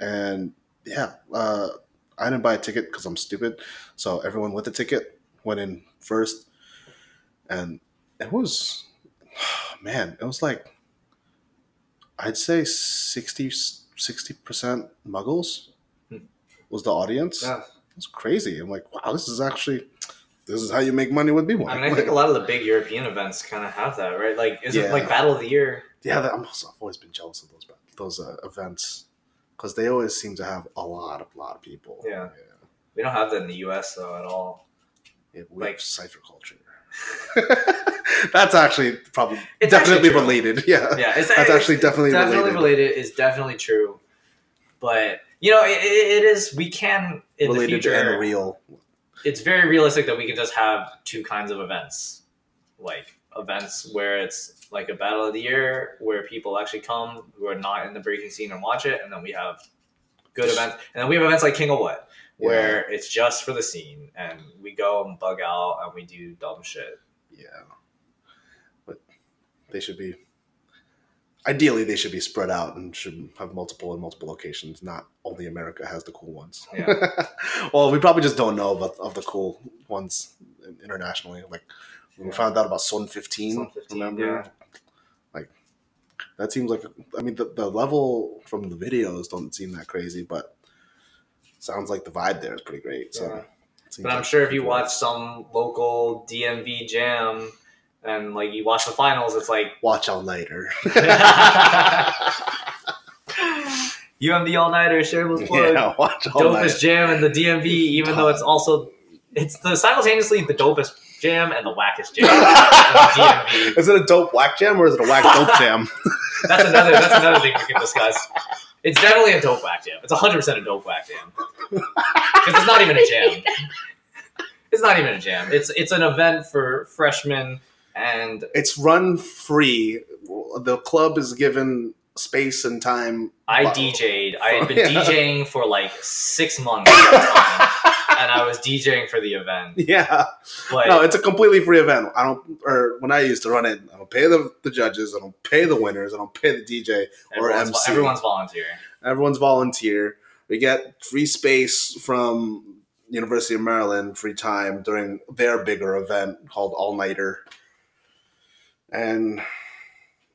Speaker 1: and yeah, uh, I didn't buy a ticket because I'm stupid. So everyone with a ticket went in first, and it was man, it was like I'd say 60 percent muggles
Speaker 2: Hmm.
Speaker 1: was the audience.
Speaker 2: Yeah.
Speaker 1: It was crazy. I'm like, wow, this is actually this is how you make money with b
Speaker 2: I mean, I think a lot of the big European events kind of have that, right? Like, isn't
Speaker 1: Yeah.
Speaker 2: like Battle of the Year?
Speaker 1: yeah, that, I'm also, I've always been jealous of those ba- those uh, events because they always seem to have a lot of lot of people.
Speaker 2: Yeah. We don't have that in the U.S. though at all.
Speaker 1: yeah. It
Speaker 2: Like-
Speaker 1: like cipher culture. That's actually probably
Speaker 2: It's
Speaker 1: definitely
Speaker 2: actually true.
Speaker 1: related. Yeah,
Speaker 2: Yeah, it's,
Speaker 1: That's actually
Speaker 2: it's
Speaker 1: definitely
Speaker 2: definitely
Speaker 1: related.
Speaker 2: related. It's definitely true, but you know, it, it it is. We can in the
Speaker 1: related
Speaker 2: future.
Speaker 1: and real.
Speaker 2: it's very realistic that we can just have two kinds of events like events where it's like a battle of the year where people actually come who are not in the breaking scene and watch it and then we have good events and then we have events like king of what where it's just for the scene and we go and bug out and we do dumb shit
Speaker 1: Yeah, but they should be. Ideally, they should be spread out and should have multiple in multiple locations. Not only America has the cool ones.
Speaker 2: yeah
Speaker 1: well, we probably just don't know about of the cool ones internationally. Like when we
Speaker 2: Yeah.
Speaker 1: found out about Sun 15,
Speaker 2: Sun 15,
Speaker 1: remember?
Speaker 2: yeah.
Speaker 1: Like that seems like I mean the, the level from the videos don't seem that crazy, but sounds like the vibe there is pretty great. So
Speaker 2: Yeah.
Speaker 1: it seems
Speaker 2: but i'm
Speaker 1: like-
Speaker 2: sure if you watch some local dmv jam and like you watch the finals it's like
Speaker 1: watch out later.
Speaker 2: UMD all nighter shareable plug
Speaker 1: yeah, watch out
Speaker 2: dopest
Speaker 1: later.
Speaker 2: jam in the DMV, even though it's also it's the simultaneously the dopest jam and the wackest jam. DMV.
Speaker 1: is it a dope whack jam or is it a whack dope jam?
Speaker 2: That's another. That's another thing we can discuss. It's definitely a dope whack jam. It's hundred percent a dope whack jam. 'Cause it's not even a jam. It's not even a jam. It's it's an event for freshmen and
Speaker 1: It's run free. The club is given space and time.
Speaker 2: I
Speaker 1: Wow.
Speaker 2: DJ'd. I had been
Speaker 1: Yeah.
Speaker 2: DJing for like six months, at the time, and I was DJing for the event.
Speaker 1: Yeah.
Speaker 2: But
Speaker 1: No, it's a completely free event. I don't, or when I used to run it, I don't pay the, the judges, I don't pay the winners, I don't pay the DJ. or
Speaker 2: everyone's,
Speaker 1: MC.
Speaker 2: everyone's volunteering.
Speaker 1: Everyone's volunteer. We get free space from University of Maryland, free time during their bigger event called All Nighter, and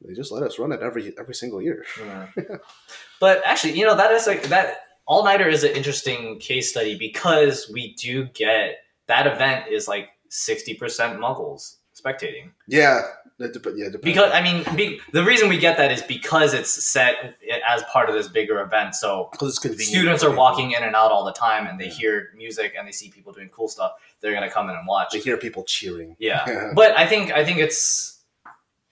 Speaker 1: they just let us run it every every single year.
Speaker 2: Yeah. but actually, you know, that is like that all nighter is an interesting case study because we do get that event is like sixty percent muggles spectating.
Speaker 1: Yeah, it dep- yeah, depends.
Speaker 2: Because I mean, be, the reason we get that is because it's set as part of this bigger event. So
Speaker 1: 'Cause it's convenient
Speaker 2: students
Speaker 1: for
Speaker 2: are
Speaker 1: people.
Speaker 2: walking in and out all the time, and they
Speaker 1: Yeah.
Speaker 2: hear music and they see people doing cool stuff. They're gonna come in and watch.
Speaker 1: They hear people cheering.
Speaker 2: Yeah.
Speaker 1: Yeah.
Speaker 2: but I think I think it's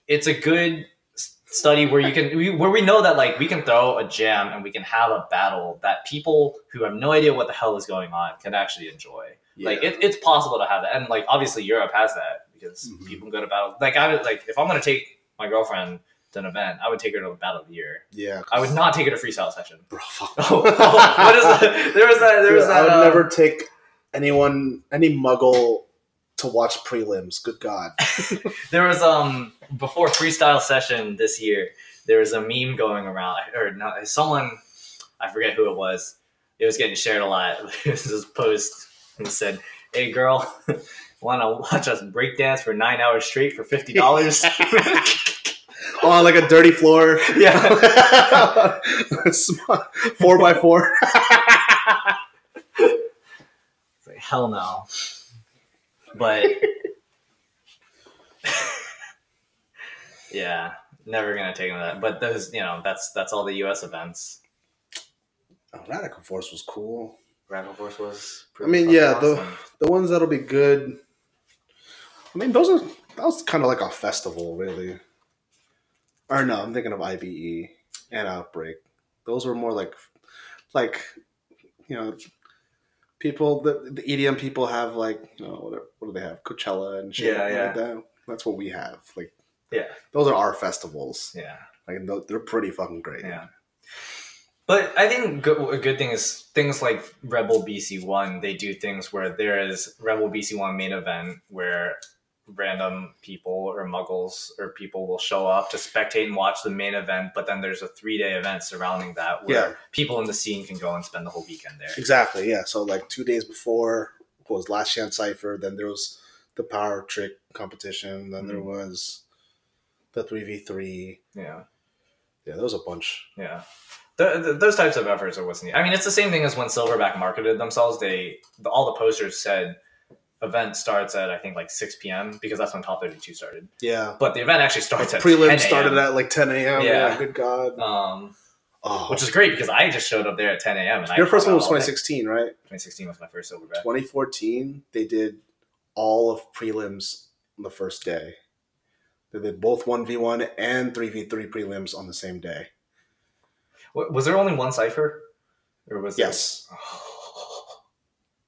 Speaker 2: it's a good s- study where you can we- where we know that like we can throw a jam and we can have a battle that people who have no idea what the hell is going on can actually enjoy. Like
Speaker 1: Yeah.
Speaker 2: it, it's possible to have that, and like obviously Europe has that because
Speaker 1: Mhm.
Speaker 2: people go to battle. Like I would like if I'm gonna take my girlfriend to an event, I would take her to a battle of the year.
Speaker 1: yeah,
Speaker 2: I would not take her to freestyle session.
Speaker 1: bro. Fuck.
Speaker 2: Oh, oh, what is that? There was that. There was
Speaker 1: Dude,
Speaker 2: that.
Speaker 1: I would
Speaker 2: um,
Speaker 1: never take anyone, any muggle, to watch prelims. Good God.
Speaker 2: There was um before freestyle session this year, there was a meme going around, or no, someone I forget who it was. It was getting shared a lot. It was this post and it said, "Hey girl, want to watch us break dance for nine hours straight for fifty dollars?"
Speaker 1: Oh, like a dirty floor.
Speaker 2: yeah,
Speaker 1: Small- four by four.
Speaker 2: It's like, hell no. But yeah, never gonna take them to that. But those, you know, that's that's all the U.S. events.
Speaker 1: Oh, Radical Force was cool.
Speaker 2: Radical Force was.
Speaker 1: I mean,
Speaker 2: pretty
Speaker 1: yeah, the-
Speaker 2: awesome.
Speaker 1: The ones that'll be good. I mean, those are that was kind of like a festival, really. Or no, I'm thinking of IBE and Outbreak. Those were more like, like, you know, people. The, the EDM people have like, you know, what, what do they have? Coachella and shit.
Speaker 2: Yeah,
Speaker 1: like
Speaker 2: yeah.
Speaker 1: that. That's what we have. Like,
Speaker 2: Yeah.
Speaker 1: those are our festivals.
Speaker 2: yeah.
Speaker 1: Like, tho- they're pretty fucking great.
Speaker 2: Yeah. But I think go- a good thing is things like Rebel BC One. They do things where there is Rebel BC One main event where random people or muggles or people will show up to spectate and watch the main event. But then there's a three day event surrounding that where
Speaker 1: Yeah.
Speaker 2: people in the scene can go and spend the whole weekend there.
Speaker 1: Exactly. Yeah. So like two days before was Last Chance Cipher. Then there was the Power Trick competition. Then there
Speaker 2: Mhm.
Speaker 1: was the three v three.
Speaker 2: Yeah.
Speaker 1: Yeah, there was a bunch.
Speaker 2: Yeah. Th th those types of efforts are what's needed. I mean, it's the same thing as when Silverback marketed themselves. They the, all the posters said event starts at I think like 6 p.m. because that's when Top 32 started.
Speaker 1: Yeah.
Speaker 2: But the event actually starts at
Speaker 1: Prelim
Speaker 2: 10
Speaker 1: started
Speaker 2: a.m.,
Speaker 1: at like 10 a.m. Yeah.
Speaker 2: Yeah.
Speaker 1: Good God.
Speaker 2: um,
Speaker 1: Oh,
Speaker 2: which is great because I just showed up there at 10 a.m. and I
Speaker 1: your first
Speaker 2: hung
Speaker 1: one was
Speaker 2: out all day.
Speaker 1: 2016, right?
Speaker 2: 2016 was my first Silverback.
Speaker 1: 2014, they did all of prelims on the first day. They did both 1v1 and 3v3 prelims on the same day.
Speaker 2: Wa- Was there only one cipher? Or was there-
Speaker 1: Yes,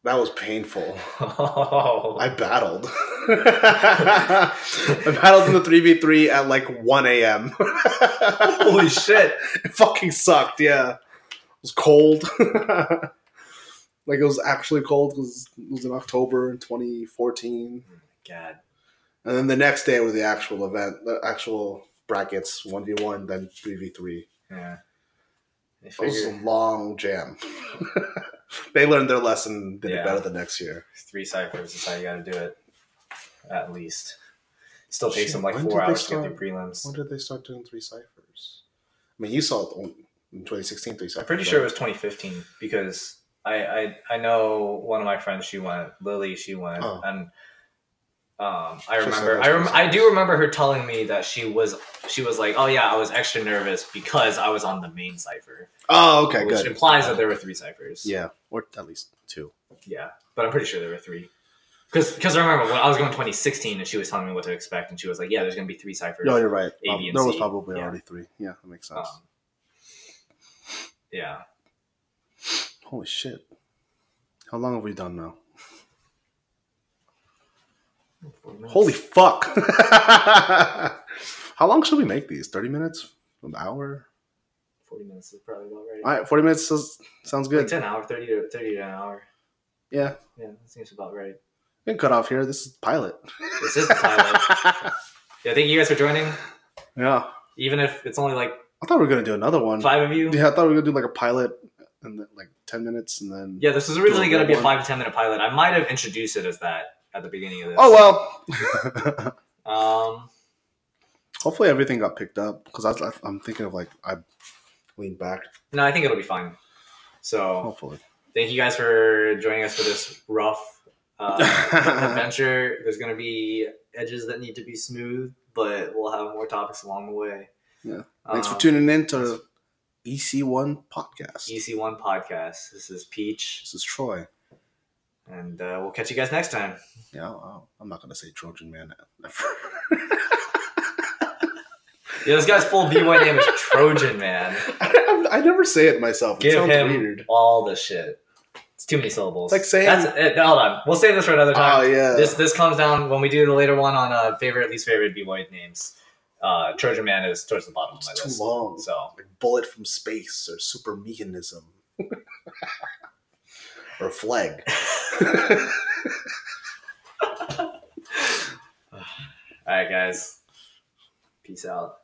Speaker 1: that was painful.
Speaker 2: Oh.
Speaker 1: I battled. I battled in the 3v3 at like 1 a.m.
Speaker 2: Holy shit!
Speaker 1: it fucking sucked, yeah. It was cold. like it was actually cold because it was in October in 2014.
Speaker 2: God.
Speaker 1: And then the next day was the actual event, the actual brackets 1v1, then 3v3.
Speaker 2: Yeah. I
Speaker 1: It was a
Speaker 2: figure
Speaker 1: long jam. they learned their lesson, did
Speaker 2: Yeah.
Speaker 1: it better the next year.
Speaker 2: three ciphers is how you got to do it, at least. Still takes
Speaker 1: Shit,
Speaker 2: them like
Speaker 1: when did
Speaker 2: four
Speaker 1: they
Speaker 2: hours to
Speaker 1: start?
Speaker 2: get through prelims.
Speaker 1: When did they start doing three ciphers? I mean, you saw it on- in 2016 three ciphers.
Speaker 2: I'm pretty
Speaker 1: right?
Speaker 2: sure it was 2015 because I, I I know one of my friends. She went, Lily. She went,
Speaker 1: Oh.
Speaker 2: and um, I
Speaker 1: She said
Speaker 2: remember.
Speaker 1: those
Speaker 2: I rem-
Speaker 1: were
Speaker 2: I do
Speaker 1: summers.
Speaker 2: remember her telling me that she was she was like, oh yeah, I was extra nervous because I was on the main cipher,
Speaker 1: Oh, okay,
Speaker 2: which
Speaker 1: good.
Speaker 2: implies that there were three ciphers.
Speaker 1: Yeah, or at least two.
Speaker 2: yeah, but I'm pretty sure there were three. Because because I remember when I was going 2016 and she was telling me what to expect and she was like, yeah, there's gonna be three ciphers.
Speaker 1: No, you're right.
Speaker 2: A,
Speaker 1: Um,
Speaker 2: B, and
Speaker 1: there was
Speaker 2: C.
Speaker 1: probably
Speaker 2: Yeah.
Speaker 1: already three. Yeah, that makes sense.
Speaker 2: Um, yeah,
Speaker 1: Holy shit! How long have we done now? Holy fuck! How long should we make these? Thirty minutes? An hour?
Speaker 2: 40 minutes is probably about right.
Speaker 1: All right, forty minutes is, sounds
Speaker 2: Like
Speaker 1: good.
Speaker 2: 10 hour, 30 to 30 to an hour.
Speaker 1: Yeah,
Speaker 2: Yeah, that seems about right.
Speaker 1: we can cut off here. This is pilot.
Speaker 2: This is the highlight. yeah, thank you guys for joining.
Speaker 1: yeah,
Speaker 2: Even if it's only like
Speaker 1: I thought we were gonna do another one.
Speaker 2: five of you.
Speaker 1: Yeah, I thought we were gonna do like a pilot and then, like ten minutes, and then
Speaker 2: Yeah, this was originally
Speaker 1: Do a
Speaker 2: going to be a
Speaker 1: one.
Speaker 2: five to ten minute pilot. I might have introduced it as that at the beginning of this.
Speaker 1: Oh well.
Speaker 2: well. Um,
Speaker 1: Hopefully everything got picked up because I, was- I, I'm thinking of like I lean back.
Speaker 2: no, I think it'll be fine. So
Speaker 1: Hopefully.
Speaker 2: thank you guys for joining us for this rough uh,
Speaker 1: Uh-huh.
Speaker 2: adventure. There's going to be edges that need to be smooth, but we'll have more topics along the way.
Speaker 1: Yeah. Thanks for
Speaker 2: Um,
Speaker 1: tuning in to EC1 podcast.
Speaker 2: EC1 podcast. This is Peach,
Speaker 1: This is Troy.
Speaker 2: and uh, we'll catch you guys next time.
Speaker 1: Yeah, I'll- I'm not gonna say Trojan man.
Speaker 2: Yeah, this guy's full B1 name is Trojan Man.
Speaker 1: I, I never say it myself. It
Speaker 2: Give
Speaker 1: sounds
Speaker 2: him
Speaker 1: weird.
Speaker 2: all the shit. It's too many syllables.
Speaker 1: It's like saying-
Speaker 2: That's, it, hold on. We'll save this for another time.
Speaker 1: Oh yeah.
Speaker 2: This this comes down when we do the later one on uh, favorite least favorite B-Boy names. Uh, Trojan Man is towards the bottom of my
Speaker 1: it's too
Speaker 2: list.
Speaker 1: long.
Speaker 2: So
Speaker 1: Like bullet from space or super mechanism. or flag.
Speaker 2: all right guys. Peace out.